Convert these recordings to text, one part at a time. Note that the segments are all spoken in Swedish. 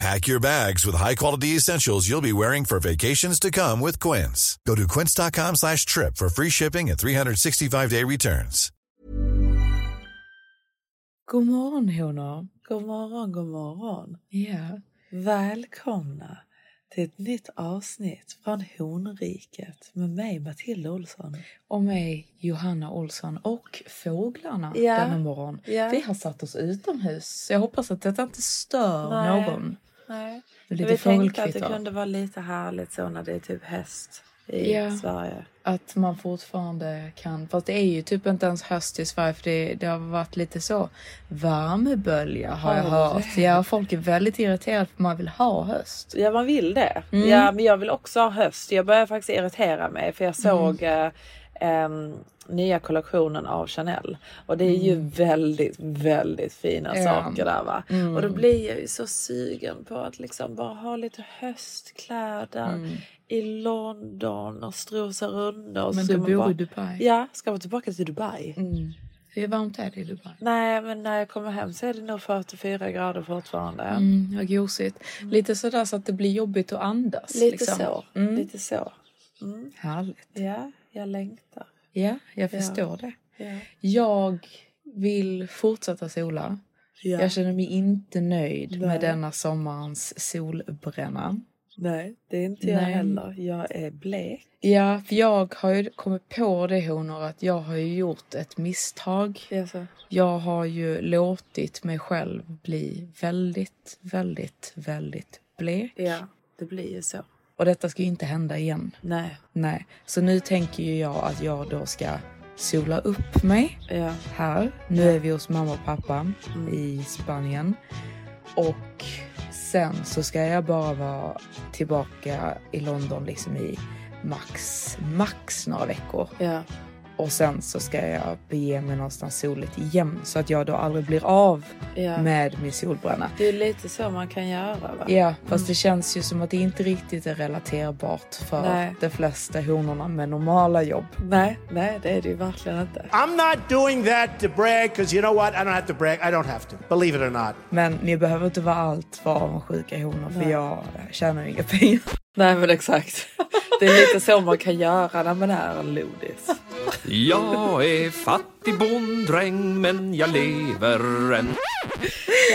Pack your bags with high-quality essentials you'll be wearing for vacations to come with Quince. Go to quince.com slash trip for free shipping and 365-day returns. God morgon honor. God morgon, god morgon. Ja. Välkomna till ett nytt avsnitt från Honriket med mig Matilda Olsson. Och mig, Johanna Olsson och fåglarna Ja. denna morgon. Ja. Vi har satt oss utomhus. Så jag hoppas att detta inte stör Nej. någon. Nej. Det är Men lite Vi tänkte att det fågelkvitter. kunde vara lite härligt så när det är typ höst i Ja. Sverige. Att man fortfarande kan... Fast det är ju typ inte ens höst i Sverige för det, det har varit lite så värmebölja har jag Har hört. Ja, folk är väldigt irriterade för man vill ha höst. Ja man vill det. Mm. Ja men jag vill också ha höst. Jag börjar faktiskt irritera mig för jag Mm. såg eh, em, nya kollektionen av Chanel. Och det är ju väldigt, väldigt fina Mm. Ja. saker där va. Mm. Och då blir jag ju så sugen på att liksom bara ha lite höstkläder Mm. i London och strosa runt. Och Men ska du man bor bara- i Dubai. Ja, ska man tillbaka till Dubai? Mm. Hur varmt är det i Dubai? Nej men när jag kommer hem så är det nog 44 grader fortfarande. Mm, vad gosigt. Lite sådär så att det blir jobbigt att andas. Lite liksom. så. Mm. Lite så. Mm. Härligt. Ja, jag längtar. Ja, jag Ja. förstår det. Ja. Jag vill fortsätta sola. Ja. Jag känner mig inte nöjd Nej. med denna sommarens solbränna. Nej, det är inte jag Nej. heller. Jag är blek. Ja, för jag har ju kommit på det honor att jag har ju gjort ett misstag. Alltså. Jag har ju låtit mig själv bli väldigt, väldigt, väldigt blek. Ja, det blir ju så. Och detta ska ju inte hända igen. Nej, Nej, så nu tänker ju jag att jag då ska sola upp mig. ja. Mm. här. Nu är vi hos mamma och pappa i Spanien. Och sen så ska jag bara vara tillbaka i London liksom i max, max några veckor. ja. Och sen så ska jag bege mig någonstans soligt igen så att jag då aldrig blir av ja. med min solbränna. Det är lite så man kan göra va? Ja, fast det känns ju som att det inte riktigt är relaterbart för Nej. de flesta honorna med normala jobb. Nej, nej det är det ju verkligen inte. I'm not doing that to brag because you know what? I don't have to brag. I don't have to. Believe it or not. Men ni behöver inte vara allt för avundsjuka honor för jag tjänar ju inga pengar. Nej men exakt. Det är lite så man kan göra när man är en lodis. Jag är fattig bonddräng men jag lever än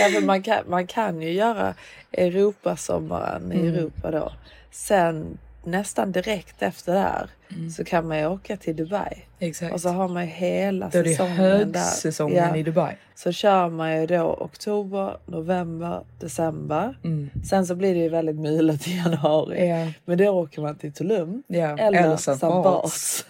Ja, men man, kan, man kan ju göra Europasommaren Mm. i Europa då. Sen nästan direkt efter där så kan man ju åka till Dubai. Mm. Exakt. Och så har man ju hela Då är det säsongen där. högsäsongen Ja. i Dubai. Så kör man ju då oktober, november, december. Sen så blir det ju väldigt mulet i januari. Mm. Ja. Men då åker man till Tulum Ja, eller, eller San Saint Bas.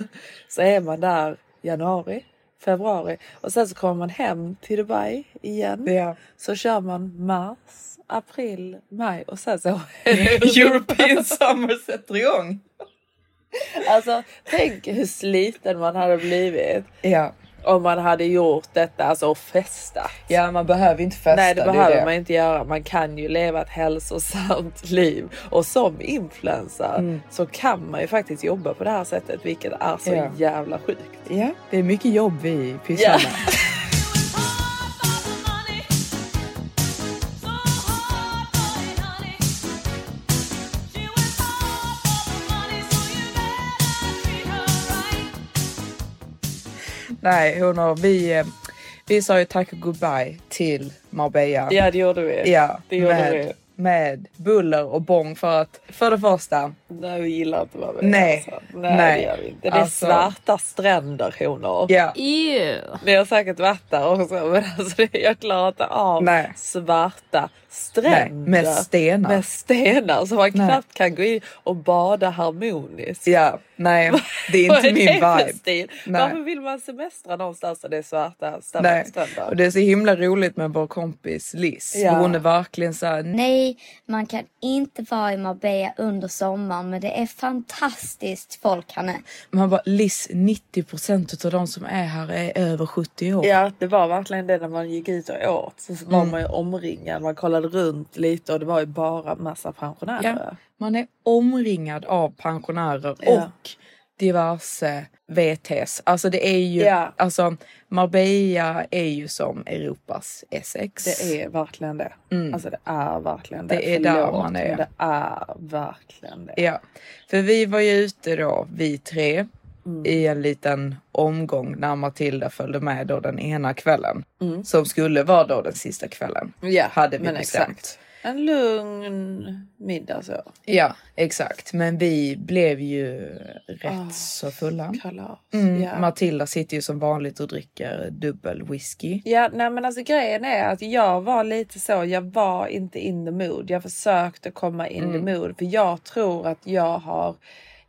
Så är man där januari, februari och sen så kommer man hem till Dubai igen. Ja. Så kör man mars, april, maj och sen så... European Summer sätter igång. alltså tänk hur sliten man hade blivit Ja. om man hade gjort detta, alltså och festat. ja, man behöver inte festa. Nej, det är behöver man inte göra. Man kan ju leva ett hälsosamt liv och som influencer Mm. så kan man ju faktiskt jobba på det här sättet, vilket är så Ja. jävla sjukt. Ja, det är mycket jobb vi pysslar Ja. med. Nej, honor, vi, eh, vi sa ju tack och goodbye till Marbella. Ja, det gjorde vi. Ja, det gjorde med vi. med buller och bång för att för det första, Nej, vi gillar inte vad vi Nej. Alltså. Nej, Nej. det gör vi inte. Det är Alltså- svarta stränder honor. ja, Ew. Ni har säkert varit där också men alltså det- jag klarar inte av Nej. svarta nej, stränder. med stenar. Med stenar så man Nej. knappt kan gå in och bada harmoniskt. Ja, nej, det är Vad inte min det för vibe. stil? Nej. Varför vill man semestra någonstans där det är svarta Nej. stränder? Och det är så himla roligt med vår kompis Liz. Ja. Hon är verkligen så här, Nej, man kan inte vara i Marbella under sommaren men det är fantastiskt folk här nu. man bara Liz 90 av de som är här är över 70 år. Ja, det var verkligen det när man gick ut och åt. Så var Mm. man ju omringad, man kollade runt lite och det var ju bara massa pensionärer. Ja, man är omringad av pensionärer Ja. och diverse VTs. Alltså det är ju, Ja. alltså Marbella är ju som Europas Essex. Det är verkligen det. Alltså det är verkligen det. Mm. Det är där man är. men Det är verkligen det. Ja, för vi var ju ute då, vi tre, Mm. i en liten omgång när Matilda följde med då den ena kvällen. Mm. Som skulle vara då den sista kvällen. Ja, hade vi men bestämt. exakt. En lugn middag så. Ja, exakt. Men vi blev ju rätt så fulla. Kalas. Mm. Ah, Ja. Matilda sitter ju som vanligt och dricker dubbel whisky. Ja, nej men alltså grejen är att jag var lite så, jag var inte in the mood. Jag försökte komma in the Mm. mood för jag tror att jag har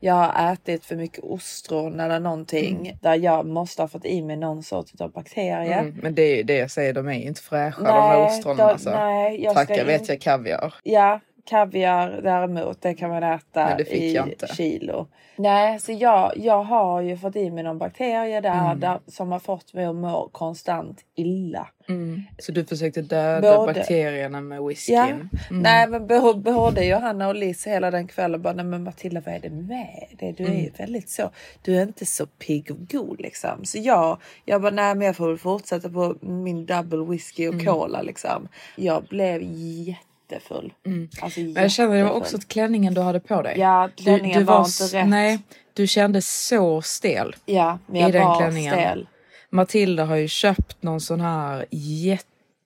jag har ätit för mycket ostron eller någonting där jag måste ha fått i mig någon sorts av bakterie. Mm, men det är ju det jag säger, de är ju inte fräscha de här ostronen då- alltså. nej, jag Tacka ska vet inte- jag kaviar. Ja, kaviar däremot, det kan man äta Men det fick i jag inte. kilo. Nej, så jag, jag har ju fått i mig någon bakterie där, Mm. där som har fått mig att må konstant illa. Så du försökte döda Både- bakterierna med whiskyn. Ja. Mm. Nej, men bo- både Johanna och Liz hela den kvällen bara, nej men Matilda vad är det med dig? Du är Mm. ju väldigt så, du är inte så pigg och god liksom. Så jag, jag bara, nej men jag får väl fortsätta på min double whisky Mm. och cola liksom. Jag blev jättefull. Alltså, Mm. Men jag känner det var jättefull. också att klänningen du hade på dig. Ja, klänningen var inte s- rätt. Nej, du kände så stel. Ja, men i jag den var klänningen. stel. Matilda har ju köpt någon sån här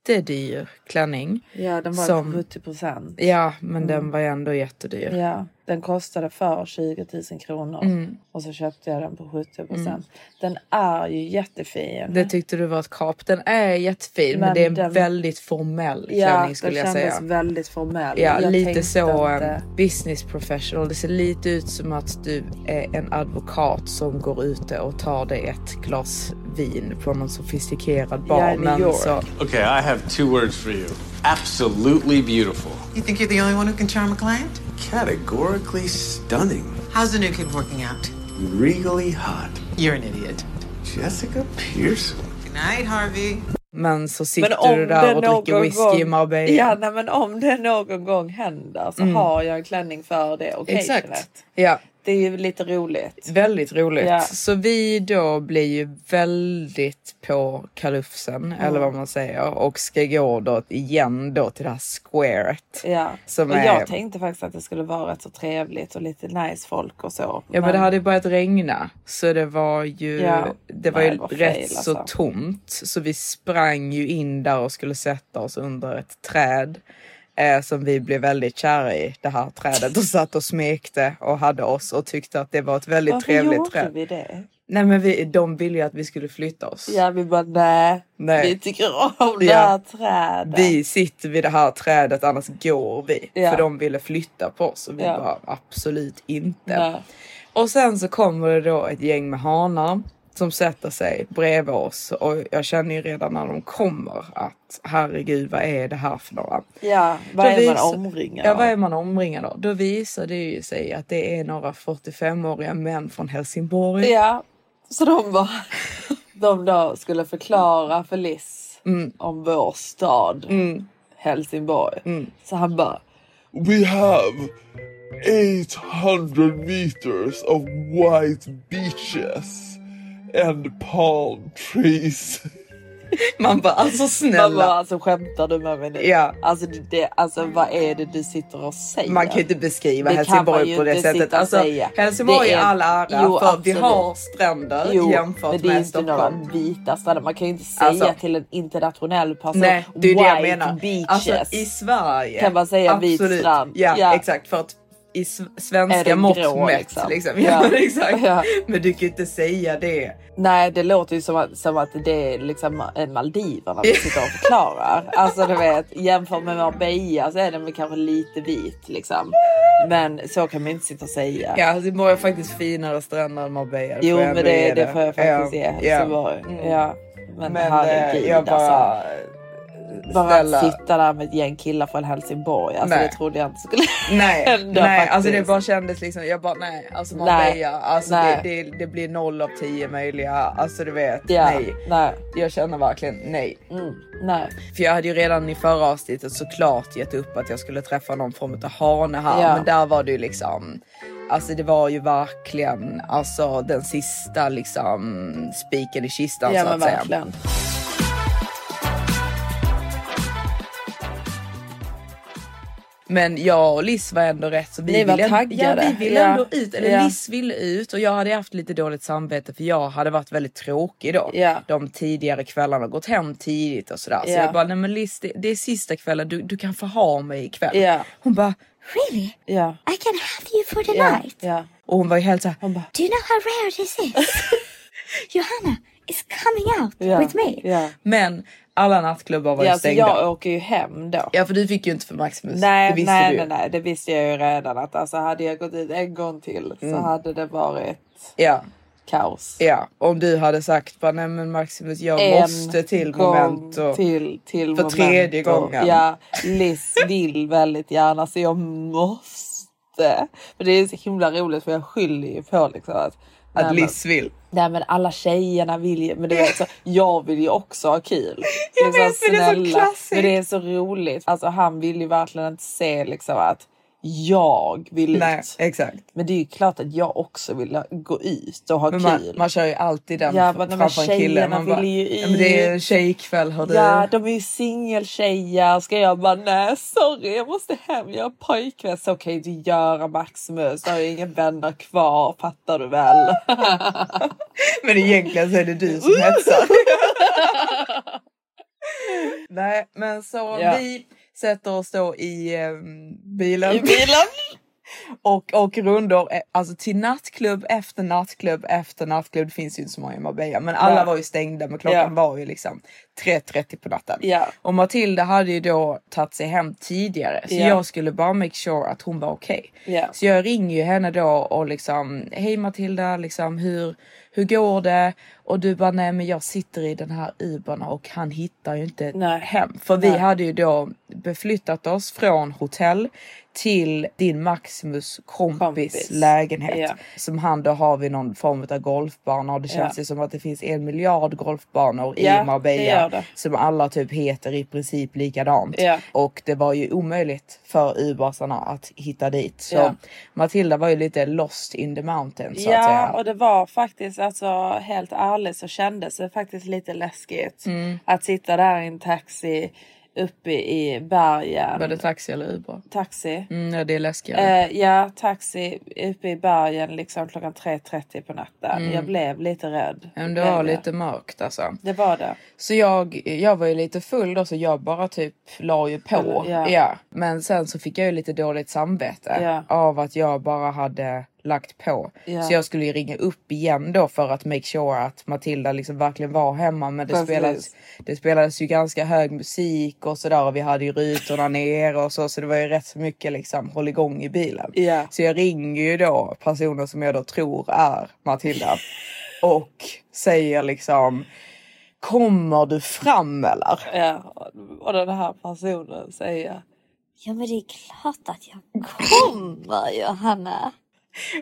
jättedyr klänning. Ja, den var Som- 70 procent. Ja, men mm. den var ju ändå jättedyr. Ja, den kostade för 20 000 kronor Mm. och så köpte jag den på 70 procent. Den är ju jättefin. Det tyckte du var ett kap. Den är jättefin, men, Men det är en den- väldigt formell Ja, klänning den skulle jag kändes säga. väldigt formell. Ja, jag lite tänkte så inte- eh, business professional. Det ser lite ut som att du är en advokat som går ute och tar dig ett glas vin på någon sofistikerad bar. Ja, i New men York. så, Okay, I have two words for you. Absolutely beautiful. You think you're the only one who can charm a client? Categorically stunning. How's the new kid working out? Regally hot. You're an idiot. Jessica Pearson. Good night, Harvey. men så Men sitter om det du där och dricker någon whisky gång, i Marbella. Mm. Ja, nej, men om det någon gång händer så har jag en klänning för det occasionet. Exakt. Ja, Det är ju lite roligt. väldigt roligt. Ja. Så vi då blir ju väldigt på kalufsen eller vad man säger och ska gå då igen då till det här squaret. Ja. Som och är- Jag tänkte faktiskt att det skulle vara rätt så trevligt och lite nice folk och så. Ja men det hade ju börjat regna så det var ju, Ja. det var Nej, ju vad fel, rätt så alltså. tomt. Så vi sprang ju in där och skulle sätta oss under ett träd eh, som vi blev väldigt kära i, det här trädet. Och satt och smekte och hade oss och tyckte att det var ett väldigt Varför trevligt gjorde träd. vi det? Nej men vi, de ville ju att vi skulle flytta oss. Ja, vi bara nej. Nej. Vi tycker om det Ja. här trädet. Vi sitter vid det här trädet annars går vi. Ja. För de ville flytta på oss och vi Ja. bara absolut inte. Nej. Och sen så kommer det då ett gäng med hanar som sätter sig bredvid oss och jag känner ju redan när de kommer att herregud vad är det här för några? Ja, vad Då är man visar- omringad Ja av? vad är man omringad av? Då visar det ju sig att det är några 45-åriga män från Helsingborg. Ja, så de bara... De då skulle förklara för Liz Mm. om vår stad Helsingborg. Mm. Så han bara... We have 800 meters of white beaches and palm trees. Man bara alltså snälla. Man bara, alltså skämtar du med mig nu? Ja. Alltså, det- det, alltså vad är det du sitter och säger? Man kan ju inte beskriva Det kan man Helsingborg ju på det inte sättet. sitta och Alltså, säga. Helsingborg Det är är- all ära Jo, för vi absolut. har stränder Jo, men jämfört det är med inte några Stockholm. vita stränder. Man kan ju inte säga Alltså- till en internationell person Nej, det är det jag Alltså, "White menar. beaches. Alltså i Sverige. Kan man säga vit strand? Ja, Ja. exakt för att i s- Är svenska den mått grå, mätt. Liksom. liksom? Ja, Ja. exakt. Ja. Men du kan ju inte säga det. Nej, det låter ju som att, som att det är liksom en Maldiverna vi sitter och förklarar. Alltså du vet, jämfört med Marbella så är den väl kanske lite vit liksom. Men så kan man inte sitta och säga. Ja, alltså, Helsingborg har faktiskt finare stränder än Marbella. det jo, får jag men ändå det, ge det får jag faktiskt Ja, ge. ja. Helsingborg. Mm. Ja. Men, Men herregud eh, jag alltså. bara... Bara snälla. att sitta där med ett gäng killar från Helsingborg. Alltså, Nej. det trodde jag inte skulle Nej, hända nej faktiskt. alltså det bara kändes liksom, jag bara nej, alltså Nej, Marbella, alltså nej. Det, det, det blir noll av tio möjliga, alltså du vet, Ja, nej. nej. Jag känner verkligen nej. Mm, nej. För jag hade ju redan i förra avsnittet såklart gett upp att jag skulle träffa någon från utav hane här, Ja. men där var det ju liksom, alltså det var ju verkligen, alltså den sista liksom spiken i kistan Ja så men att säga. verkligen. Men jag och Liz var ändå rätt så vi Ni var ville, taggade. Ja, vi ville Ja. ändå ut, eller Ja. Liz ville ut och jag hade haft lite dåligt samvete för jag hade varit väldigt tråkig då. Ja. De tidigare kvällarna, gått hem tidigt och sådär. Så Ja. jag bara, nej men Liz det, det är sista kvällen, du, du kan få ha mig ikväll. Ja. Hon bara, Really? Ja. I can have you for the Ja. night. ja. och hon var ju helt såhär, Do you know how rare this is? Johanna is coming out Ja. with me. Ja. men alla nattklubbar Ja, var ju alltså, stängda. jag åker ju hem då. Ja för du fick ju inte för Maximus, det Nej, visste du nej, ju. nej, nej, det visste jag ju redan att alltså hade jag gått ut en gång till så Mm. hade det varit Ja. kaos. Ja, om du hade sagt bara nej men Maximus jag En måste till gång momento. Till, till För tredje momento. gången. Ja, Liz vill väldigt gärna så jag måste. För det är så himla roligt för jag skyller ju på liksom att nej, Att men- Liz vill. Nej men alla tjejerna vill ju, men du vet, så, jag vill ju också ha kul. Liksom, Jag vet, men det är så klassiskt. Men det är så roligt. Alltså han vill ju verkligen inte se liksom att jag vill Nej, ut. exakt. Men det är ju klart att jag också vill gå ut och ha Men man, kul. man kör ju alltid den Ja, fr- men de här framför en kille. tjejerna Man bara, vill ju "Ja, men det är ju en ut." tjejkväll hördu. Ja, de är ju singeltjejer. Ska jag bara, nej sorry jag måste hem, jag har pojkvän. Så kan ju inte göra Maximus, du har ju inga vänner kvar, fattar du väl? Men egentligen så är det du som Uh! hetsar. Nej, men så Ja. vi sätter oss då i eh, bilen. I bilen. och åker rundor eh, alltså till nattklubb efter nattklubb efter nattklubb. Det finns ju inte så många i Marbella, men alla Ja. var ju stängda. Men klockan Ja. var ju liksom 3.30 på natten. Ja. Och Matilda hade ju då tagit sig hem tidigare, så Ja. jag skulle bara make sure att hon var okej. Ja. Så jag ringer ju henne då och liksom, hej Matilda, liksom hur, hur går det? Och du bara, nej men jag sitter i den här Ubern och han hittar ju inte Nej. hem. För vi Nej. hade ju då beflyttat oss från hotell till din Maximus kompis, Kompis. lägenhet. Ja. Som han då har vid någon form av golfbana och det känns Ja. ju som att det finns en miljard golfbanor i Ja, det Marbella gör det. som alla typ heter i princip likadant. Ja. Och det var ju omöjligt för ubasarna att hitta dit. Så Ja. Matilda var ju lite lost in the mountain så att Ja, säga. och det var faktiskt alltså helt ärligt så kändes det faktiskt lite läskigt Mm. att sitta där i en taxi uppe i bergen. Var det taxi eller Uber? Taxi. Mm, ja, det är läskigare. Eh, ja, taxi uppe i bergen liksom klockan 3.30 på natten. Jag blev lite rädd. Mm. Men det Blev var jag. lite mörkt alltså. Det var det. Så jag, jag var ju lite full då så jag bara typ la ju på. Ja. Men sen så fick jag ju lite dåligt samvete Ja. av att jag bara hade lagt på. Ja. Så jag skulle ju ringa upp igen då för att make sure att Matilda liksom verkligen var hemma. Men det, Precis. spelades, det spelades ju ganska hög musik och sådär och vi hade ju rutorna ner och så. Så det var ju rätt så mycket liksom håll igång i bilen. Ja. Så jag ringer ju då personen som jag då tror är Matilda och säger liksom Kommer du fram eller? Ja, och- och den här personen säger Ja men det är klart att jag kommer Johanna.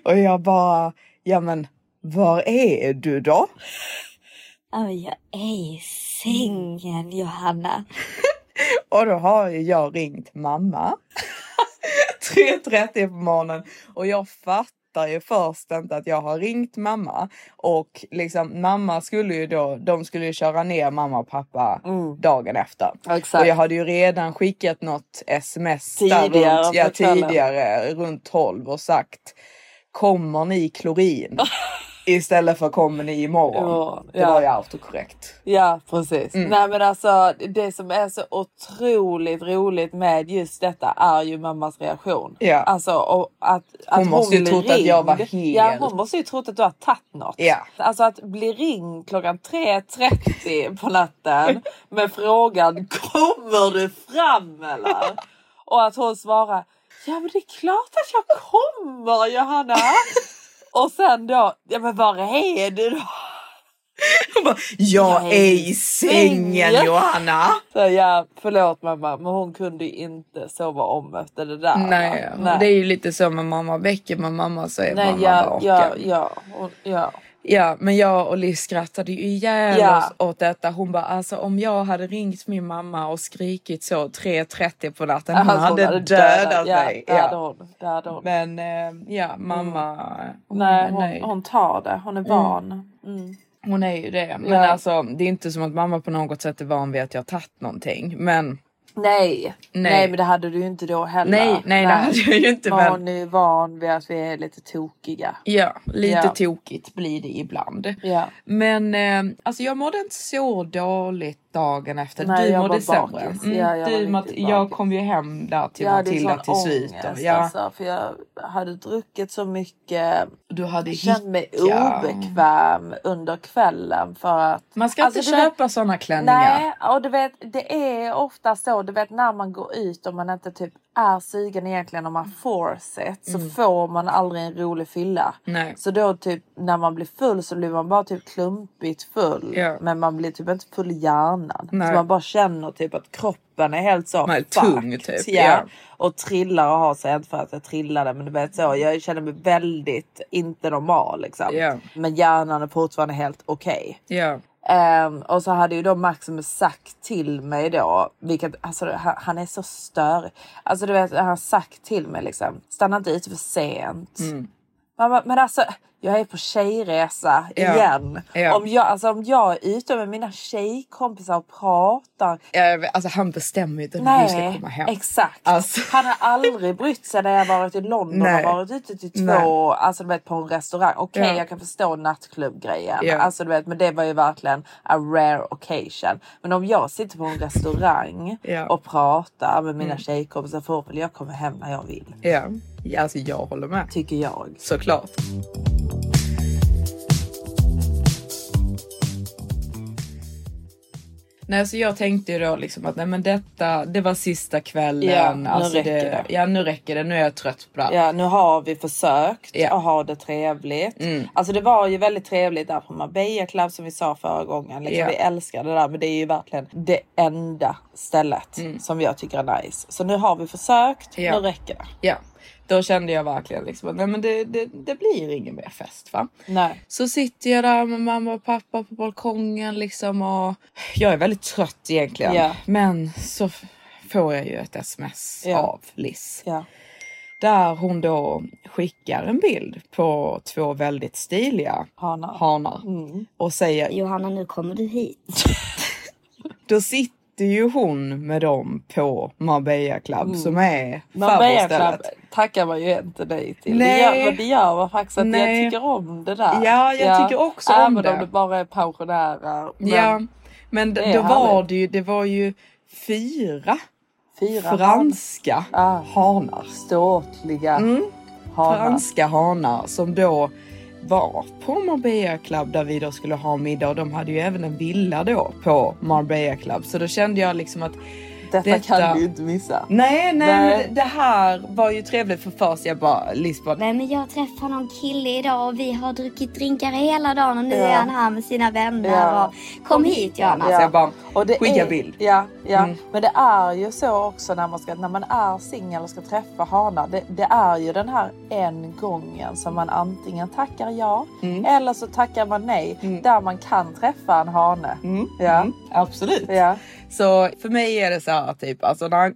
Och jag bara, ja men var är du då? Ja men jag är ju singel Johanna. Mm. Och då har ju jag ringt mamma. 3.30 på morgonen och jag fattar fattar ju först inte att jag har ringt mamma och liksom mamma skulle ju då, de skulle ju köra ner mamma och pappa dagen efter. Mm. Exakt. Och jag hade ju redan skickat något sms där Tidigare runt, på ja, kvällen. tidigare runt 12 och sagt kommer ni klorin istället för kommer ni imorgon. Ja, Det ja. var ju autokorrekt. Ja, precis. Mm. Nej, men alltså, det som är så otroligt roligt med just detta är ju mammas reaktion. Ja. Alltså, och att, att Hon måste ju blir trott att jag var helt- Ja, hon måste ju trott att du har tagit något. Ja. Alltså att bli ringd klockan 3.30 på natten med frågan Kommer du fram eller? Och att hon svarar Ja men det är klart att jag kommer Johanna! Och sen då, ja men var är du då? Jag är i sängen. sängen Johanna! Så ja, förlåt mamma, men hon kunde ju inte sova om efter det där. va? Nej, Nej. det är ju lite så med mamma väcker men mamma så är Nej, mamma ja, vaken. ja, ja, hon, ja. Ja, men jag och Liz skrattade ju ihjäl Ja. oss åt detta. Hon bara alltså om jag hade ringt min mamma och skrikit så 3.30 på natten, hon Alltså, hade dödat, mig. Ja, Ja, det hade hon. Det hade hon. Men eh, ja, mamma hon Nej, är hon, nöjd. hon tar det. Hon är van. Mm. Hon är ju det. Men Ja. alltså det är inte som att mamma på något sätt är van vid att jag har tagit någonting. Men Nej. Nej. Nej. men det hade du ju inte då heller. Nej, nej, det hade jag ju inte, Men men- hon är ju van vid att vi är lite tokiga. Ja, lite Ja. tokigt blir det ibland. Ja. Men eh, alltså jag mådde inte så dåligt dagen efter. Nej, du jag var mådde sämre. bakis. Mm, Ja, jag du, var mådde- riktigt jag bakis. kom ju hem där till Jag hade ju Matilda till sån slut. ångest Ja. alltså, för jag hade druckit så mycket. Du hade Jag kände mig hicka. obekväm under kvällen för att... Man ska Alltså, inte du vet- köpa såna klänningar. Nej, och du vet, det är ofta så, du vet när man går ut och man inte typ är sugen egentligen om man får sett så får man aldrig en rolig fylla. Mm. Nej. Så då typ när man blir full så blir man bara typ klumpigt full. Ja. Men man blir typ inte full i hjärnan. Så Nej. man bara känner typ att kroppen är helt så Man är fucked. tung, typ. Ja. Ja. Och trillar och har sig. Inte för att jag trillade men du vet så. Jag känner mig väldigt inte normal liksom. Ja. Men hjärnan är fortfarande helt okej. Ja. Ehm, och så hade ju då Maximus sagt till mig då, vilket alltså han, han är så stör. Alltså du vet, han har sagt till mig liksom, stanna inte ute för sent. Mm. Mamma, men alltså jag är på tjejresa Ja. igen. Ja. Om, jag, alltså, om jag är ute med mina tjejkompisar och pratar. Ja, Alltså han bestämmer ju inte när du ska Nej, komma hem. exakt. Alltså. Han har aldrig brytt sig när jag varit i London Nej. och varit ute till två, Nej. alltså du vet på en restaurang. Okej, Ja. jag kan förstå nattklubbgrejen. Ja. Alltså du vet, men det var ju verkligen a rare occasion. Men om jag sitter på en restaurang Ja. Mm. och pratar med mina tjejkompisar får väl jag komma hem när jag vill. Ja. Ja, Alltså jag håller med. Tycker jag. Såklart. Nej, så jag tänkte ju då liksom att nej, men detta, det var sista Ja, kvällen. nu alltså räcker det. Ja, nu räcker det. Nu är jag trött på det här. Ja, nu har vi försökt Ja. Mm. att ha det trevligt. Alltså det var ju väldigt trevligt där på Marbella Club som vi sa förra gången. Liksom, Ja. Vi älskar det där men det är ju verkligen det enda stället som jag tycker är nice. Så nu har vi försökt, Mm. Ja. nu räcker det. Ja, då kände jag verkligen liksom att nej, men det, det, det blir ingen mer fest va. Nej. Så sitter jag där med mamma och pappa på balkongen liksom och jag är väldigt trött egentligen. Ja. Men så f- får jag ju ett sms Ja. av Liz. Ja. Där hon då skickar en bild på två väldigt stiliga Hanar. Mm. Och säger, Johanna, nu kommer du hit. då sitter ju hon med dem på Marbella Club som är Mm. Marbella favoritstället. Club tackar man ju inte nej till. Nej. Det gör, men det gör man faktiskt att Nej. jag tycker om det där. Ja, jag tycker också om Även det. Även om det bara är pensionärer. Men Ja, men d- Det är då var härligt. det ju, det var ju fyra Fyra franska Ah. hanar. ståtliga Mm. hanar. Franska hanar som då var på Marbella Club där vi då skulle ha middag och de hade ju även en villa då på Marbella Club så då kände jag liksom att Detta, Detta- kan du inte missa. nej, nej, Nej. men det här var ju trevligt för först jag bara Lisbon, Nej, men jag träffade någon kille idag och vi har druckit drinkar hela dagen och nu är han här med sina vänner. Ja. Och kom hit Johanna. Alltså, jag bara, skicka är, bild. Mm. Ja, ja. men det är ju så också när man, ska, när man är singel och ska träffa hanar. Det, det är ju den här en gången som man antingen tackar ja Mm. eller så tackar man nej där man kan träffa en Mm. hane. Ja. absolut. Ja. Så för mig är det så här typ, alltså när han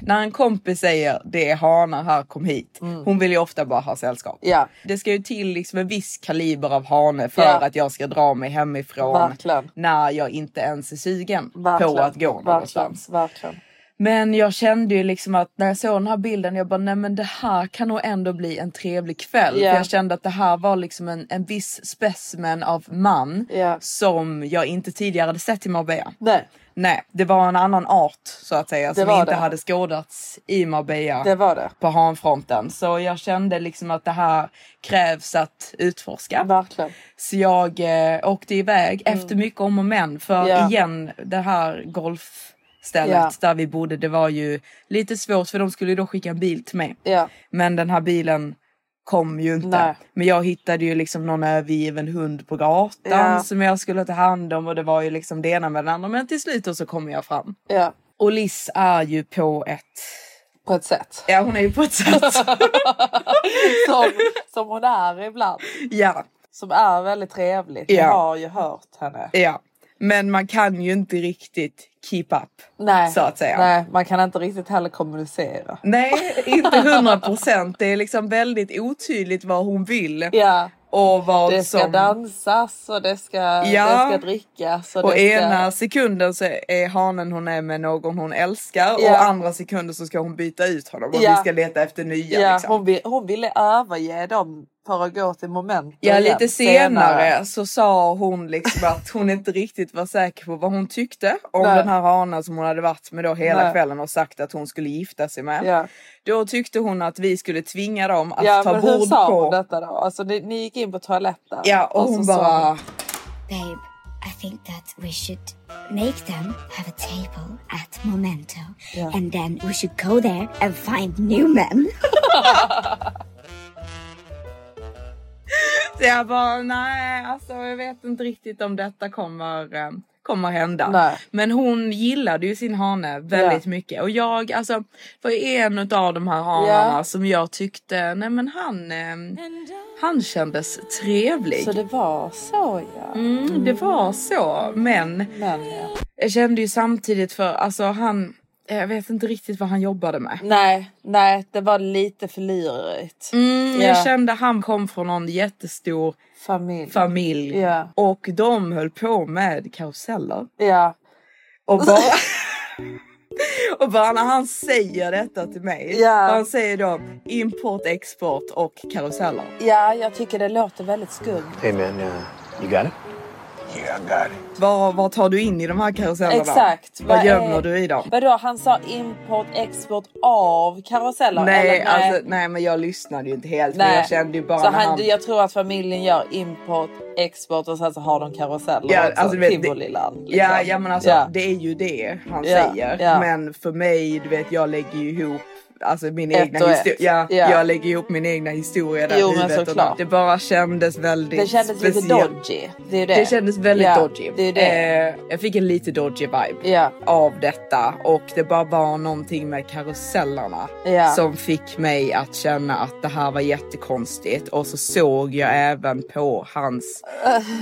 när en kompis säger det är hanar här, kom hit. Hon vill ju ofta bara ha sällskap. Mm. Ja. Det ska ju till liksom en viss kaliber av hane för Ja. att jag ska dra mig hemifrån Verkligen. när jag inte ens är sugen Verkligen. på att gå verkligen, någonstans. verkligen. Men jag kände ju liksom att när jag såg den här bilden, jag bara nej men det här kan nog ändå bli en trevlig kväll. Ja. För jag kände att det här var liksom en, en viss specimen av man Ja. som jag inte tidigare hade sett i Marbella. Nej, Nej, det var en annan art så att säga som var inte det. hade skådats i Marbella det var det. på hanfronten. Så jag kände liksom att det här krävs att utforska. Verkligen. Så jag eh, åkte iväg efter mycket om och men. För Mm. Ja. igen, det här golfstället Ja. där vi bodde, det var ju lite svårt för de skulle ju då skicka en bil till mig. Ja. Men den här bilen kom ju inte. Nej. Men jag hittade ju liksom någon övergiven hund på gatan Ja. som jag skulle ta hand om och det var ju liksom det ena med det andra. Men till slut då så kom jag fram. Ja, Och Liz är ju på ett... på ett sätt. Ja hon är ju på ett sätt. Som, som hon är ibland. ja, Som är väldigt trevligt. Ja. Jag har ju hört henne. ja. Men man kan ju inte riktigt keep up. Nej. Så att säga. Nej, man kan inte riktigt heller kommunicera. Nej, inte hundra procent. Det är liksom väldigt otydligt vad hon vill. Ja. Och vad Det ska som... dansas och det ska, Ja. det ska drickas. Och På det ska... ena sekunden så är hanen hon är med någon hon älskar Ja. och andra sekunden så ska hon byta ut honom och Ja. vi ska leta efter nya. Ja, liksom. hon, vill, hon ville överge dem för att gå till moment. Ja igen lite senare så sa hon liksom att hon inte riktigt var säker på vad hon tyckte om Nej. den här hanen som hon hade varit med då hela Nej. kvällen och sagt att hon skulle gifta sig med. Ja. Då tyckte hon att vi skulle tvinga dem att Ja, ta men hur bord sa hon på... detta då? Alltså, ni, ni gick in på toaletten. Ja och, hon så sa bara... Babe, I think that we should make them have a table at Momento. And then we should go there and find new men. Så jag bara nej, alltså jag vet inte riktigt om detta kommer, eh, kommer hända. Nej. Men hon gillade ju sin hane väldigt mycket och jag alltså det var en av de här hanarna Ja. som jag tyckte, nej men han, eh, han kändes trevlig. Så det var så ja. Mm, det var så, men Men, ja. jag kände ju samtidigt för alltså han, jag vet inte riktigt vad han jobbade med. Nej, nej, det var lite för lurigt. Mm, Ja. Jag kände han kom från någon jättestor Familj. familj Ja. och de höll på med karuseller. ja. Och bara, och bara när han säger detta till mig. Ja. Han säger då import, export och karuseller. ja, jag tycker det låter väldigt skumt. Hey man, uh, you got it? Yeah, I got it. Vad, vad tar du in i de här karusellerna? Exakt. Vad, är- gömmer du i dem? Vadå, han sa import, export av karuseller? Nej, eller? Alltså, nej men jag lyssnade ju inte helt. Men Nej. jag kände ju bara så när han, han... Jag tror att familjen gör import, export och sen så har de karuseller Ja, också. alltså, du vet, det- Tivoliland. liksom. Ja, ja men alltså Ja. det är ju det han Ja, säger. ja. Men för mig, du vet jag lägger ju ihop Alltså min Ett egna och ett. historia. Ja, Ja. Jag lägger ihop min egna historia där Jo, i men huvudet. Och såklart. allt. det bara kändes väldigt Det kändes speciellt. lite dodgy. Det, är ju det. Det kändes väldigt ja, dodgy. Det är ju det. Eh, jag fick en lite dodgy vibe Ja. av detta och det bara var någonting med karusellerna Ja. som fick mig att känna att det här var jättekonstigt och så såg jag även på hans,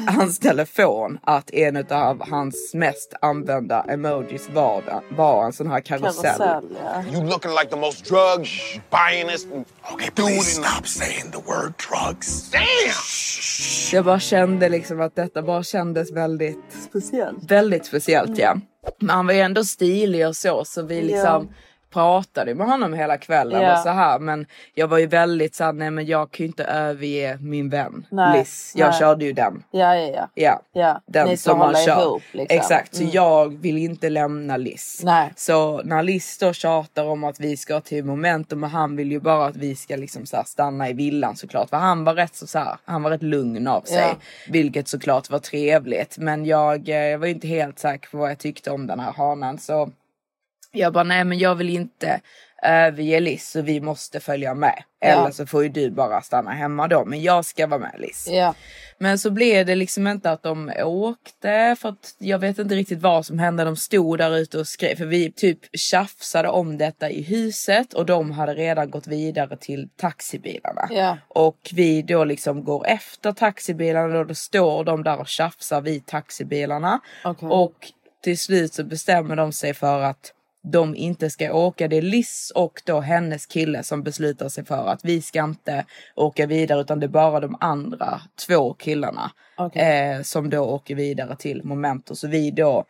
hans telefon att en av hans mest använda emojis var, var en sån här karusell. Karusell, ja. You looking like the most drug buyingest okay, dude in the saying the word drugs. damn. Jag bara kände liksom att detta bara kändes väldigt Speciellt. Mm. Väldigt speciellt ja. Men han var ju ändå stilig och så så vi liksom pratade med honom hela kvällen Ja. och så här. Men jag var ju väldigt såhär, nej men jag kan ju inte överge min vän Nej, Liz. Jag nej. körde ju den. Ja, ja, ja. Ja. ja. Den Ni ska som man hålla kör. ihop, liksom. Exakt, så Mm. jag vill inte lämna Liz. Nej. Så när Liz då tjatar om att vi ska till momentum och han vill ju bara att vi ska liksom så här stanna i villan såklart. För han var rätt så, så här, han var rätt lugn av sig. Ja. Vilket såklart var trevligt. Men jag, eh, jag var ju inte helt säker på vad jag tyckte om den här hanen. Så jag bara, nej men jag vill inte överge Liz så vi måste följa med. Eller så får ju du bara stanna hemma då. Men jag ska vara med Liz. Ja. Men så blev det liksom inte att de åkte för att jag vet inte riktigt vad som hände. De stod där ute och skrev för vi typ tjafsade om detta i huset och de hade redan gått vidare till taxibilarna. Ja. Och vi då liksom går efter taxibilarna och då står de där och tjafsar vid taxibilarna. Okej. Och till slut så bestämmer de sig för att de inte ska åka. Det är Liz och då hennes kille som beslutar sig för att vi ska inte åka vidare utan det är bara de andra två killarna eh, som då åker vidare till Momento. Så vi då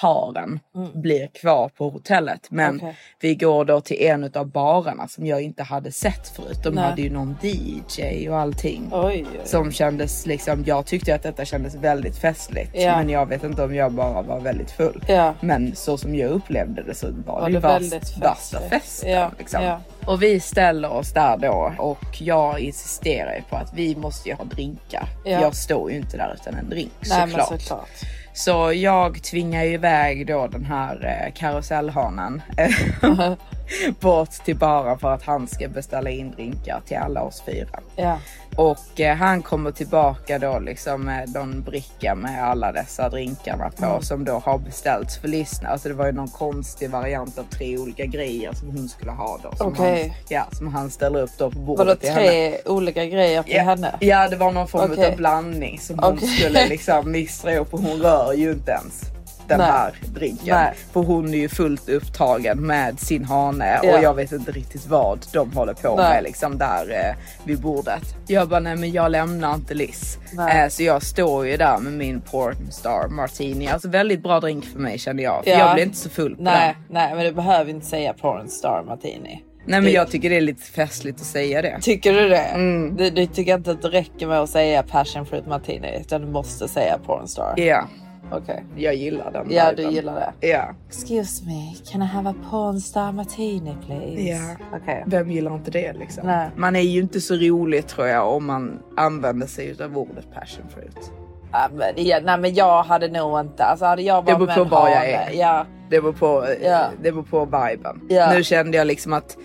paren blir kvar på hotellet. Men Mm. Okej. vi går då till en av barerna som jag inte hade sett förut. De Nej. hade ju någon DJ och allting. Oj, oj. Som kändes liksom, jag tyckte att detta kändes väldigt festligt. Ja. Men jag vet inte om jag bara var väldigt full. Ja. Men så som jag upplevde det så var, Var det ju det värst- väldigt värsta festligt. festen. Ja, Liksom. ja. Och vi ställer oss där då och jag insisterar ju på att vi måste ju ha drinkar. Ja. Jag står ju inte där utan en drink Nej, men såklart. såklart. Så jag tvingar ju iväg då den här eh, karusellhanen eh, bort till baren för att han ska beställa in drinkar till alla oss fyra. Ja. Och eh, han kommer tillbaka då liksom med någon bricka med alla dessa drinkarna på Mm. som då har beställts för lyssna. Alltså det var ju någon konstig variant av tre olika grejer som hon skulle ha då. Som, Okej. han, ja, som han ställer upp då på bordet Vadå till tre henne. olika grejer till Ja. henne? Ja, det var någon form Okej. av blandning som hon Okej. skulle liksom mixtra ihop och hon rör ju inte ens den Nej. här drinken. Nej. För hon är ju fullt upptagen med sin hane Ja. och jag vet inte riktigt vad de håller Nej. på med liksom där eh, vid bordet. Jag bara, nej men jag lämnar inte Liz. Nej. Eh, så jag står ju där med min pornstar martini. Alltså väldigt bra drink för mig kände jag. För Ja. jag blev inte så full på Nej, den. nej, men du behöver inte säga pornstar martini. Nej men Det- jag tycker det är lite festligt att säga det. Tycker du det? Mm. Du, du tycker inte att det räcker med att säga passion fruit martini utan du måste säga pornstar? Ja. Okej. Jag gillar den. Ja, viben. du gillar det. Ja. Excuse me, can I have a pornstar martini please? Ja. Okej. Vem gillar inte det liksom? Nej. Man är ju inte så rolig tror jag om man använder sig av ordet passion fruit. Ja, men, ja, nej men jag hade nog inte, alltså hade jag Det varit beror med på en var jag hane- är. Ja, Det beror på, eh, Ja. det beror på viben. Ja. Nu kände jag liksom att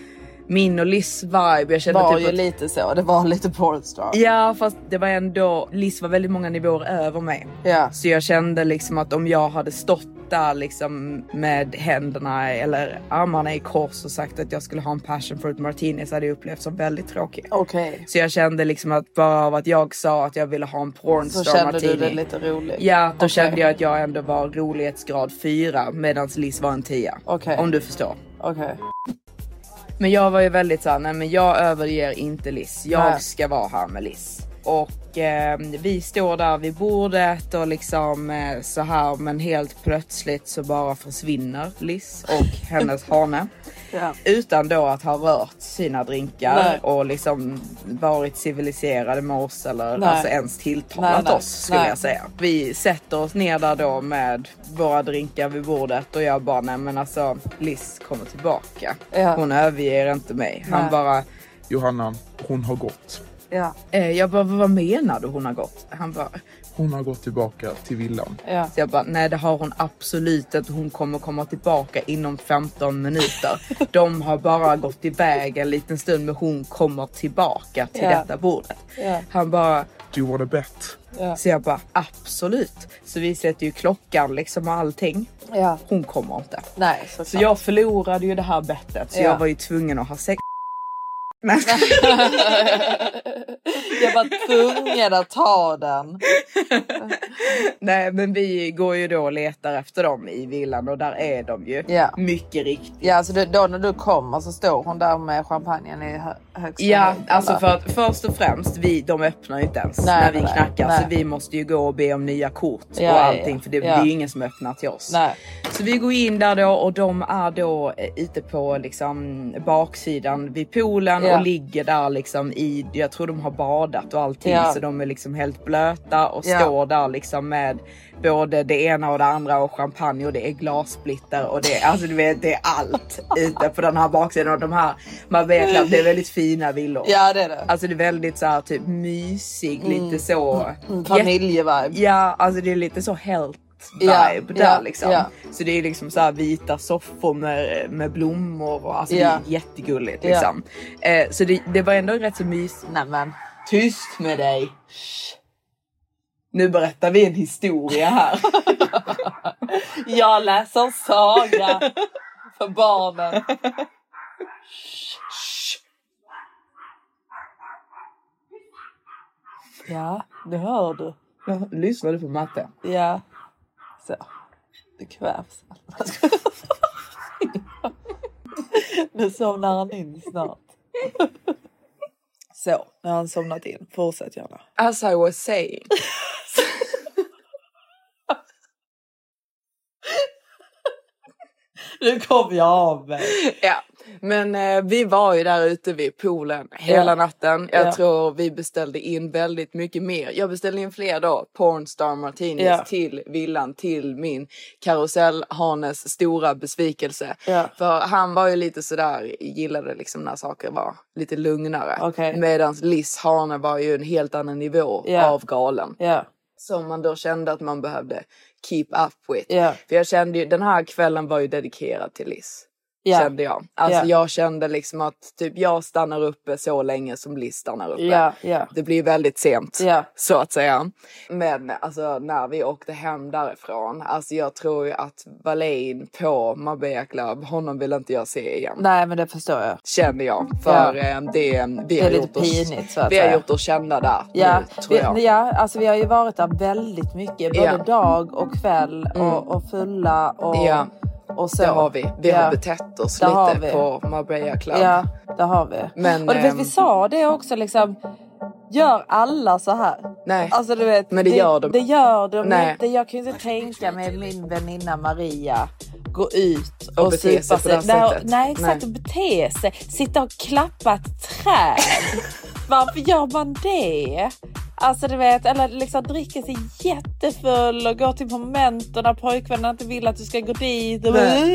min och Liz vibe, jag kände var typ ju att, lite så, det var lite pornstar. Ja fast det var ändå, Liz var väldigt många nivåer över mig. Ja. Så jag kände liksom att om jag hade stått där liksom med händerna eller armarna i kors och sagt att jag skulle ha en passion fruit martini så hade jag upplevt som väldigt tråkig. Okej. Så jag kände liksom att bara av att jag sa att jag ville ha en Så pornstar kände martini. du det lite roligt? Ja, då Okej. kände jag att jag ändå var rolighetsgrad 4 medan Liz var en 10. Okej. Om du förstår. Okej. Men jag var ju väldigt såhär, nej men jag överger inte Liz. Jag Nej. ska vara här med Liz. Och eh, vi står där vid bordet och liksom eh, så här men helt plötsligt så bara försvinner Liz och hennes hane. Ja. Utan då att ha rört sina drinkar Nej. och liksom varit civiliserade med oss eller Nej. alltså ens tilltalat Nej, nej. oss skulle Nej. jag säga. Vi sätter oss ner där då med våra drinkar vid bordet och jag bara nej men alltså Liz kommer tillbaka. Ja. Hon överger inte mig. Han Nej. bara Johanna, hon har gått. Ja. eh, jag bara vad menar du hon har gått? Han bara Hon har gått tillbaka till villan. Så jag bara, nej det har hon absolut inte. Hon kommer komma tillbaka inom 15 minuter. De har bara gått iväg en liten stund men hon kommer tillbaka till Ja. detta bordet. Han bara, Do you wanna bet? så jag bara absolut. Så vi sätter ju klockan liksom och allting. Hon kommer inte. Nej, såklart. Så jag förlorade ju det här bettet så Ja. jag var ju tvungen att ha sex. Nej. jag var tvungen att ta den. Nej men vi går ju då och letar efter dem i villan och där är de ju. Ja. Mycket riktigt. Ja, så du, då när du kommer så står hon där med champagnen i hö- högsta Ja, hugg, alltså eller? för att först och främst, vi, de öppnar ju inte ens Nej, när vi nej, knackar. nej. Så vi måste ju gå och be om nya kort Ja, och ja, allting. ja. För det, Ja. det är ju ingen som öppnar till oss. Nej. Så vi går in där då och de är då eh, ute på liksom baksidan vid poolen Ja. och ligger där liksom i, jag tror de har badat och allting. Ja. Så de är liksom helt blöta och Ja. står där liksom med både det ena och det andra och champagne och det är glassplitter och det är, alltså du vet, det är allt ute på den här baksidan. Och de här, man vet ju att det är väldigt fina villor. Ja, det är det. Alltså det är väldigt så här typ mysig, Mm. lite så. Mm, familjevibe. Ja, alltså det är lite så helt vibe Ja, där ja, liksom. ja. Så det är liksom så här vita soffor med, med blommor och alltså Ja. det är jättegulligt Ja. liksom. Eh, så det, det var ändå rätt så mysigt. Nämen. Tyst med dig! Shh. Nu berättar vi en historia här. Jag läser saga för barnen. Ja, nu hör du. Lyssnar du på matte? Ja. Så. Du kvävs. Nu somnar han in snart. Så, nu har han somnat in. Fortsätt gärna. As I was saying. Nu kom jag av mig. Ja, men eh, vi var ju där ute vid poolen hela Ja. natten. Jag Ja. tror vi beställde in väldigt mycket mer. Jag beställde in fler då, Pornstar Martinis Ja. till villan, till min karusellhanes stora besvikelse. Ja. För han var ju lite sådär, gillade liksom när saker var lite lugnare. Okej. Medan Liss hane var ju en helt annan nivå Ja. av galen. Ja. Som man då kände att man behövde keep up with. Ja. För jag kände ju, den här kvällen var ju dedikerad till Liss. Ja. Kände jag. Alltså Ja. jag kände liksom att typ jag stannar uppe så länge som Liss stannar uppe. Ja, ja. Det blir väldigt sent Ja. så att säga. Men alltså när vi åkte hem därifrån. Alltså jag tror ju att Valin på Marbella Club, honom vill inte jag se igen. Nej, men det förstår jag. Kände jag. För Ja. eh, det, vi är har lite gjort oss, pinigt, så att Vi har säga. gjort oss kända där. Ja, Nu, tror vi, jag. ja alltså vi har ju varit där väldigt mycket. Både Ja. Mm. dag och kväll och, och fulla och, Ja. och så. Det har vi. Vi Ja. har betett oss Det har vi. lite på Marbella Club. Ja, det har vi. Men, och du vet, vi ehm, sa det också liksom. Gör alla så här? ehm, Nej. Alltså du vet. Men det gör de. Det gör de Nej. inte. Jag kan ju inte tänka mig min väninna Maria gå ut och, Och bete sig supa på det här nej, sättet. nej exakt, Nej. och bete sig. Sitta och klappa ett träd. Varför gör man det? Alltså du vet, eller liksom dricker sig jättefull och går till momenten när pojkvännen inte vill att du ska gå dit. Och "Äh."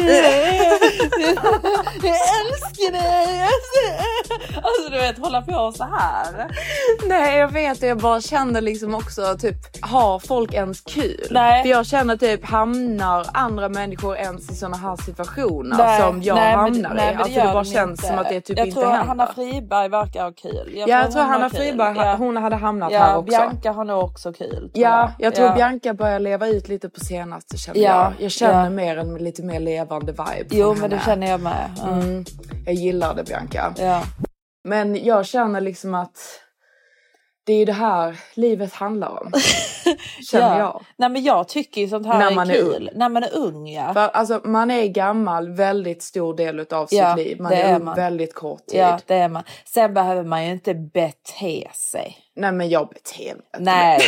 jag älskar dig! Alltså, Alltså du vet hålla på så här. Nej jag vet det. Jag bara känner liksom också typ har folk ens kul? Nej. För jag känner typ hamnar andra människor ens i sådana här situationer Nej, som Alltså, jag nej, men- hamnar nej, i? men Alltså det, gör bara de känns inte. som att det typ jag inte tror händer. Hanna Friberg verkar ha kul. ja, jag tror hon Hanna har kul. Friberg Ja. hon hade hamnat ja, här också. Bianca har nog också kul. Ja, jag tror Bianca börjar leva ut lite på senaste känner Ja, jag. Jag känner ja. mer en lite mer levande vibe. Jo från men det henne. känner jag med. Ja. Mm, jag gillar det Bianca. Ja. Men jag känner liksom att det är ju det här livet handlar om. känner Ja. jag. Nej men jag tycker ju sånt här När är man är kul. ung. När man är ung ja. För alltså, man är gammal väldigt stor del av sitt Ja, liv. Man det är, är ung man. väldigt kort tid. Ja det är man. Sen behöver man ju inte bete sig. Nej men jag beter mig. Nej.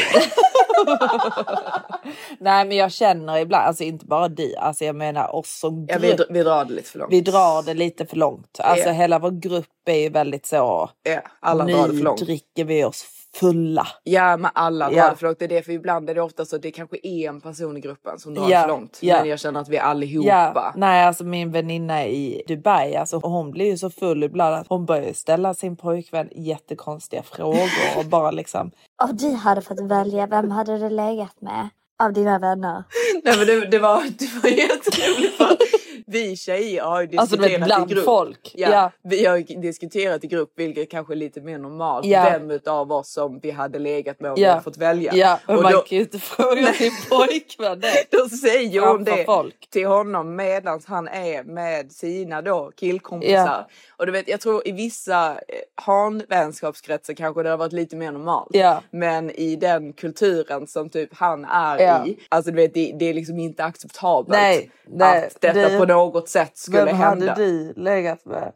Nej men jag känner ibland, alltså inte bara du, alltså jag menar oss som Ja, grupp. vi, dr- vi drar det lite för långt. vi drar det lite för långt. Alltså Ja. hela vår grupp är ju väldigt så. Ja, alla drar det för långt. Nu dricker vi oss fulla. Ja, men alla drar Ja. det för långt. Det är det, för ibland är det ofta så att det kanske är en person i gruppen som drar Ja, det för långt. ja. Men jag känner att vi allihopa... Ja, nej alltså min väninna i Dubai, alltså hon blir ju så full ibland att hon börjar ställa sin pojkvän jättekonstiga frågor och bara liksom. Om du hade fått välja, vem hade du legat med av dina vänner? Nej, men det, det, var, det var jätteroligt för vi tjejer har ju Alltså, du vet, diskuterat bland i grupp. folk. Ja, Ja. Vi har ju diskuterat i grupp, vilket kanske är lite mer normalt, Ja. vem utav oss som vi hade legat med om vi Ja. hade fått välja. Ja, och, och man då, kan ju inte fråga sin pojkvän det. då säger hon Framför det folk. till honom medan han är med sina då killkompisar. Ja. Och du vet, jag tror i vissa eh, hanvänskapskretsar kanske det har varit lite mer normalt. Ja. Men i den kulturen som typ han är Ja. i, alltså du vet, det, det är liksom inte acceptabelt Nej, nej, att detta det- på något sätt skulle Vem hända. hade du legat med?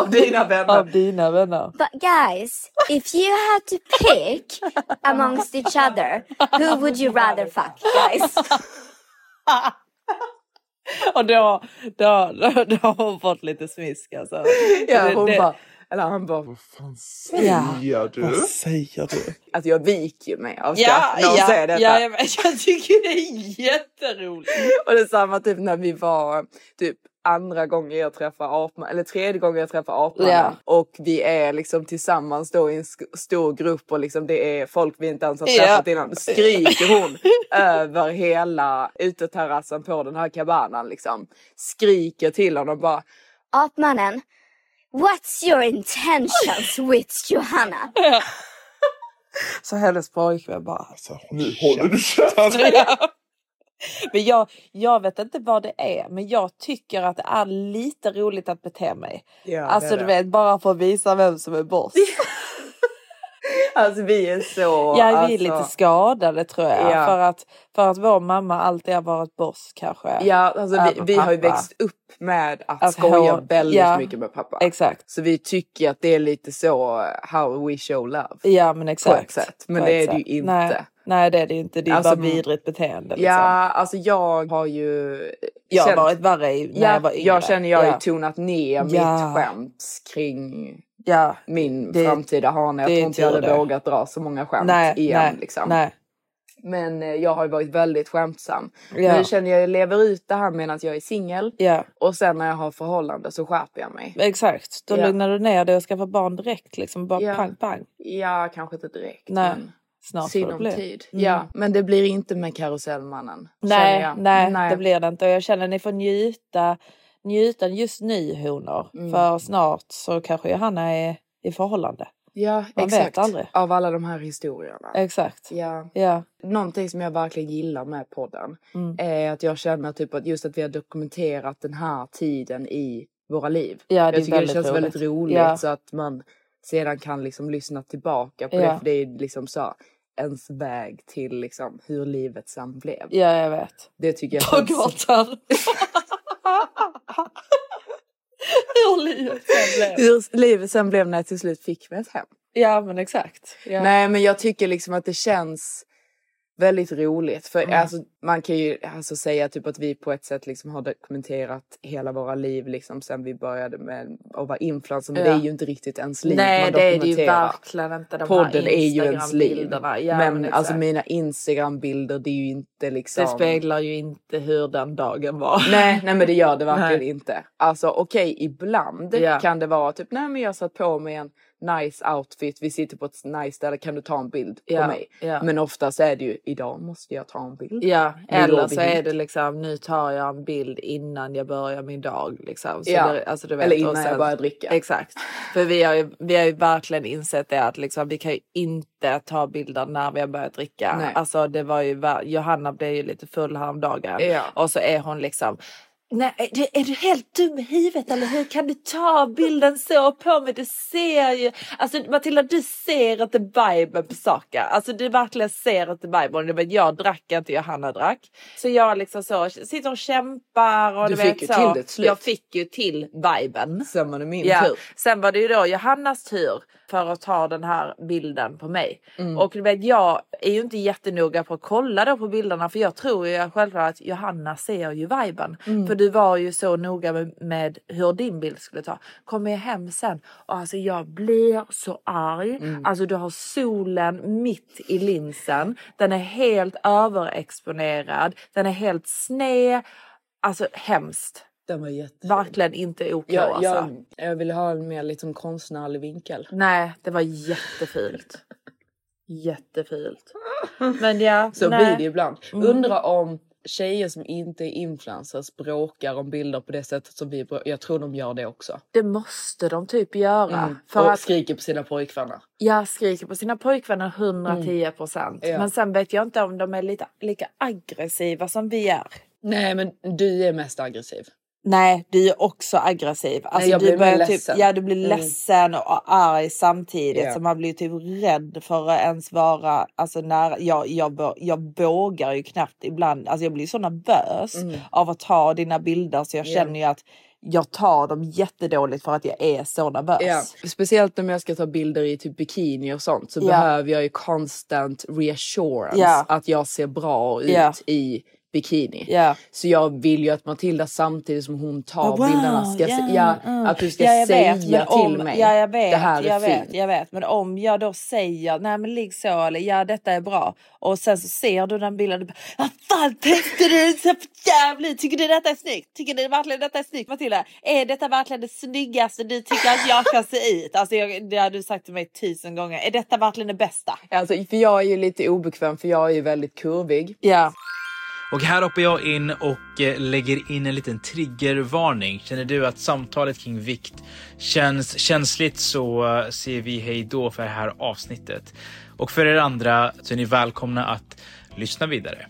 Av dina vänner. Av dina vänner. But guys, if you had to pick amongst each other, who would you rather fuck, guys? Och då, då, då, då har hon fått lite smisk alltså. Ja, Det- hon det- bara, eller han bara, vad fan Ja. Säger du? Vad säger du? Alltså jag viker mig av Ja, skratt när hon ja, säger ja, detta. jag, jag tycker det är jätteroligt. Och det är samma typ när vi var typ andra gången jag träffar apman eller tredje gången jag träffar apman Ja. och vi är liksom tillsammans då i en sk- stor grupp och liksom det är folk vi inte ens har Ja. träffat innan. Då skriker hon över hela uteterrassen på den här kabanan liksom. Skriker till honom bara Apmannen, what's your intentions with Johanna? Så hennes pojkvän bara alltså. Nu håller du käften! Men jag, jag vet inte vad det är men jag tycker att det är lite roligt att bete mig. Ja, det alltså är du det. vet bara för att visa vem som är boss. Alltså vi är så... Ja, vi är alltså, lite skadade tror jag. Ja. För, att, för att vår mamma alltid har varit boss kanske. Ja, alltså vi, Över vi har ju pappa. växt upp med att, Att skoja hon- väldigt ja. mycket med pappa. Exakt. Så vi tycker ju att det är lite så eh, how we show love. Ja men exakt. På ett sätt. Men På det ett är det ju sätt. inte. Nej, Nej det är det ju inte. Det är Alltså, bara vidrigt beteende. Liksom. Ja, alltså jag har ju... Jag har varit värre i- när ja, jag var yngre. Jag känner jag typ har ju Ja. tonat ner Ja. mitt skämt kring Ja. min Det- framtida hane. Jag det är tror inte jag tur hade det. vågat dra så många skämt Nej, igen. nej, liksom. nej. Men eh, jag har ju varit väldigt skämtsam. Ja. Nu känner jag jag lever ut det här med att jag är singel. Ja. Och sen när jag har förhållande så skärper jag mig. Exakt. Då Ja. lugnar du ner dig och skaffar barn direkt. Liksom. Bara Ja. pang pang. Ja, kanske inte direkt. Nej. men Snart får Synd det om bli. tid. Mm. Ja, men det blir inte med Karusellmannen. känner Nej, jag. nej, det blir det inte. Och jag känner att ni får njuta, njuta just nu honor. Mm. För snart så kanske Johanna är i förhållande. Ja, Man vet exakt. aldrig. Av alla de här historierna. Exakt. Ja. Ja. Någonting som jag verkligen gillar med podden Mm. är att jag känner typ att just att vi har dokumenterat den här tiden i våra liv. Ja, det är jag tycker det väldigt känns väldigt roligt. roligt Ja. så att man sedan kan liksom lyssna tillbaka på Ja. det. För det är liksom så ens väg till liksom hur livet sen blev. Ja, jag vet. Det tycker jag På känns- gatan. Hur livet sen blev. Hur livet sen blev när jag till slut fick mig ett hem. Ja, men exakt. Ja. Nej men jag tycker liksom att det känns väldigt roligt. För Mm. alltså, man kan ju alltså säga typ att vi på ett sätt liksom har dokumenterat hela våra liv liksom sen vi började med att vara influencer. Men Ja. det är ju inte riktigt ens liv Nej, man det är det ju dokumenterar. verkligen inte. De här Podden är ju ens liv. Instagram-bilderna. Ja, men men exakt. alltså mina Instagram-bilder det är ju inte liksom... Det speglar ju inte hur den dagen var. Nej, nej men det gör det verkligen Nej. inte. Alltså okej, ibland Ja. kan det vara typ nej men jag satt på mig en nice outfit, vi sitter på ett nice ställe, kan du ta en bild Ja, på mig? ja. Men oftast är det ju idag måste jag ta en bild. Ja, Nu eller går vi så hit. är det liksom nu tar jag en bild innan jag börjar min dag. Liksom. Så Ja, det, alltså, du vet, eller och innan jag börjar dricka. Exakt. För vi har ju, vi har ju verkligen insett det att liksom, vi kan ju inte ta bilder när vi har börjat dricka. Nej. Alltså, det var ju, ver- Johanna blev ju lite full häromdagen Ja. och så är hon liksom Nej, är du- är du helt dum i huvudet eller hur kan du ta bilden så på mig? Du ser ju... Alltså Matilda, du ser inte viben på saker. Alltså du verkligen ser inte viben. Du vet, Jag drack inte, Johanna drack. Så jag liksom så, sitter och kämpar. Och Du du, vet, fick ju så, till det till slut. Jag fick ju till viben. Sen var det min Ja. tur. Sen var det ju då Johannas tur för att ta den här bilden på mig. Mm. Och du vet, jag är ju inte jättenoga på att kolla då på bilderna för jag tror ju självklart att Johanna ser ju viben. Mm. För du var ju så noga med, med hur din bild skulle ta. Kommer jag hem sen och alltså jag blir så arg. Mm. Alltså du har solen mitt i linsen. Den är helt överexponerad. Den är helt sned. Alltså hemskt. Den var jätte... Verkligen inte OK Jag, alltså. jag, jag vill ha en mer liksom konstnärlig vinkel. Nej, det var jättefult. jättefult. Men ja, Så nej. blir det ibland. Mm. Undra om tjejer som inte är influencers bråkar om bilder på det sättet som vi bråkar. Jag tror de gör det också. Det måste de typ göra. Mm. För och att skriker på sina pojkvänner. jag skriker på sina pojkvänner 110 procent. Mm. Ja. Men sen vet jag inte om de är lite, lika aggressiva som vi är. Nej men du är mest aggressiv. Nej, du är också aggressiv. Alltså, jag du blir mer börjar typ, ledsen. Ja, du blir Mm. ledsen och arg samtidigt. Ja. Så man blir typ rädd för att ens vara alltså, nära. Jag, jag, vå- jag vågar ju knappt ibland. Alltså, jag blir så nervös Mm. av att ta dina bilder så jag Ja. känner ju att jag tar dem jättedåligt för att jag är så nervös. Ja. Speciellt om jag ska ta bilder i typ bikini och sånt så Ja. behöver jag ju constant reassurance Ja. att jag ser bra ut Ja. i bikini. Ja. Så jag vill ju att Matilda samtidigt som hon tar Ja, Ah, wow, bilderna ska, se- ja, ja, mm. att du ska Ja, jag säga vet, men till om, mig Ja, jag vet, det här är jag fint. vet, jag vet. Men om jag då säger nej men ligg så eller ja detta är bra och sen så ser du den bilden och du bara vad fan tänkte du så för jävligt? Tycker du detta är snyggt? Tycker du verkligen detta är snyggt Matilda? Är detta verkligen det snyggaste du tycker att jag kan se ut? Alltså jag, det har du sagt till mig tusen gånger. Är detta verkligen det bästa? Alltså, för jag är ju lite obekväm för jag är ju väldigt kurvig. Ja. Och här hoppar jag in och eh, lägger in en liten triggervarning. Känner du att samtalet kring vikt känns känsligt så eh, säger vi hej då för det här avsnittet. Och för er andra så är ni välkomna att lyssna vidare.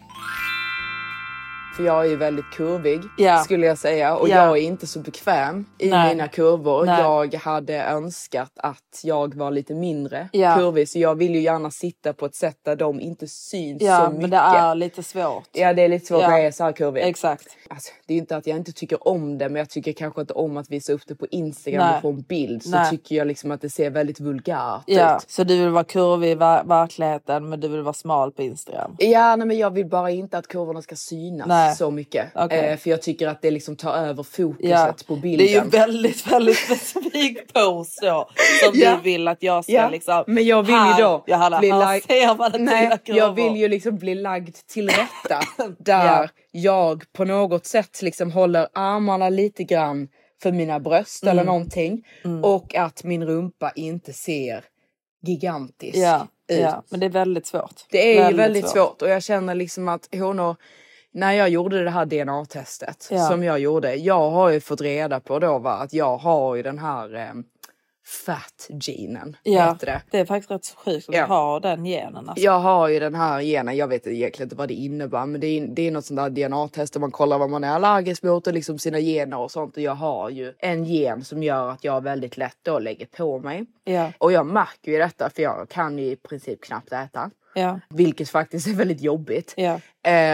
för jag är ju väldigt kurvig Ja. skulle jag säga och Ja. jag är inte så bekväm i Nej. mina kurvor. Nej. Jag hade önskat att jag var lite mindre Ja. kurvig så jag vill ju gärna sitta på ett sätt där de inte syns så Ja, mycket. men det är lite svårt. Ja det är lite svårt Ja. när jag är så här kurvig. Exakt. Alltså, det är ju inte att jag inte tycker om det men jag tycker kanske inte om att visa upp det på Instagram Nej. och få en bild. Så Nej. tycker jag liksom att det ser väldigt vulgärt Ja, ut. så du vill vara kurvig i ver- verkligheten men du vill vara smal på Instagram. Ja, nej, men jag vill bara inte att kurvorna ska synas Nej. så mycket. Okej. Eh, för jag tycker att det liksom tar över fokuset Ja. på bilden. Det är ju väldigt, väldigt specifik pose då, som Ja. du vill att jag ska Ja. liksom... Men jag vill här, ju då Ja, Hanna, bli här lagd- ser man att Nej, dina kurvor. jag vill ju liksom bli lagd till rätta. Där Ja. jag på något sätt liksom håller armarna lite grann för mina bröst eller Mm. någonting. Och att min rumpa inte ser gigantisk Ja, ut. ja, men det är väldigt svårt. Det är ju väldigt svårt. och jag känner liksom att honor, när jag gjorde det här DNA-testet Ja. som jag gjorde, jag har ju fått reda på då va, att jag har ju den här eh, fat-genen. Ja, heter det. det är faktiskt rätt sjukt att Ja. ha den genen. Alltså. Jag har ju den här genen, jag vet egentligen inte vad det innebär men det är, det är något sånt där DNA-test där man kollar vad man är allergisk mot och liksom sina gener och sånt och jag har ju en gen som gör att jag väldigt lätt då lägger på mig. Ja. Och jag märker ju detta för jag kan ju i princip knappt äta. Ja. Vilket faktiskt är väldigt jobbigt. Eh,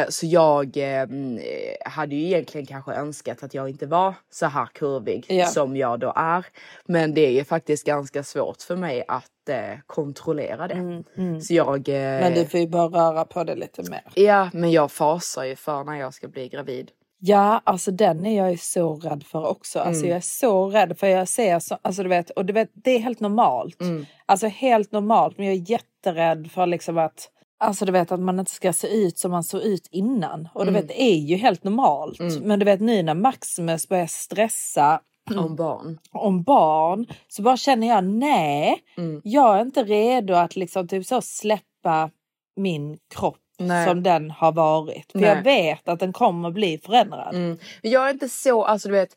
så jag eh, mm, eh, hade ju egentligen kanske önskat att jag inte var så här kurvig Ja. som jag då är. Men det är ju faktiskt ganska svårt för mig att eh, kontrollera det. mm. Så jag... Eh, Men du får ju bara röra på det lite mer. Ja, men jag fasar ju för när jag ska bli gravid. Ja, alltså den är jag ju så rädd för också. Alltså Mm. jag är så rädd för jag ser så, alltså du vet, och du vet, det är helt normalt. Mm. Alltså helt normalt, men jag är jätterädd för liksom att Alltså du vet att man inte ska se ut som man såg ut innan. Och du Mm. vet det är ju helt normalt. Mm. Men du vet nu när Maximus börjar stressa Mm. Om barn. om barn så bara känner jag nej, Mm. jag är inte redo att liksom typ så släppa min kropp Nej. som den har varit. För Nej. jag vet att den kommer bli förändrad. Mm. Men Jag är inte så, alltså du vet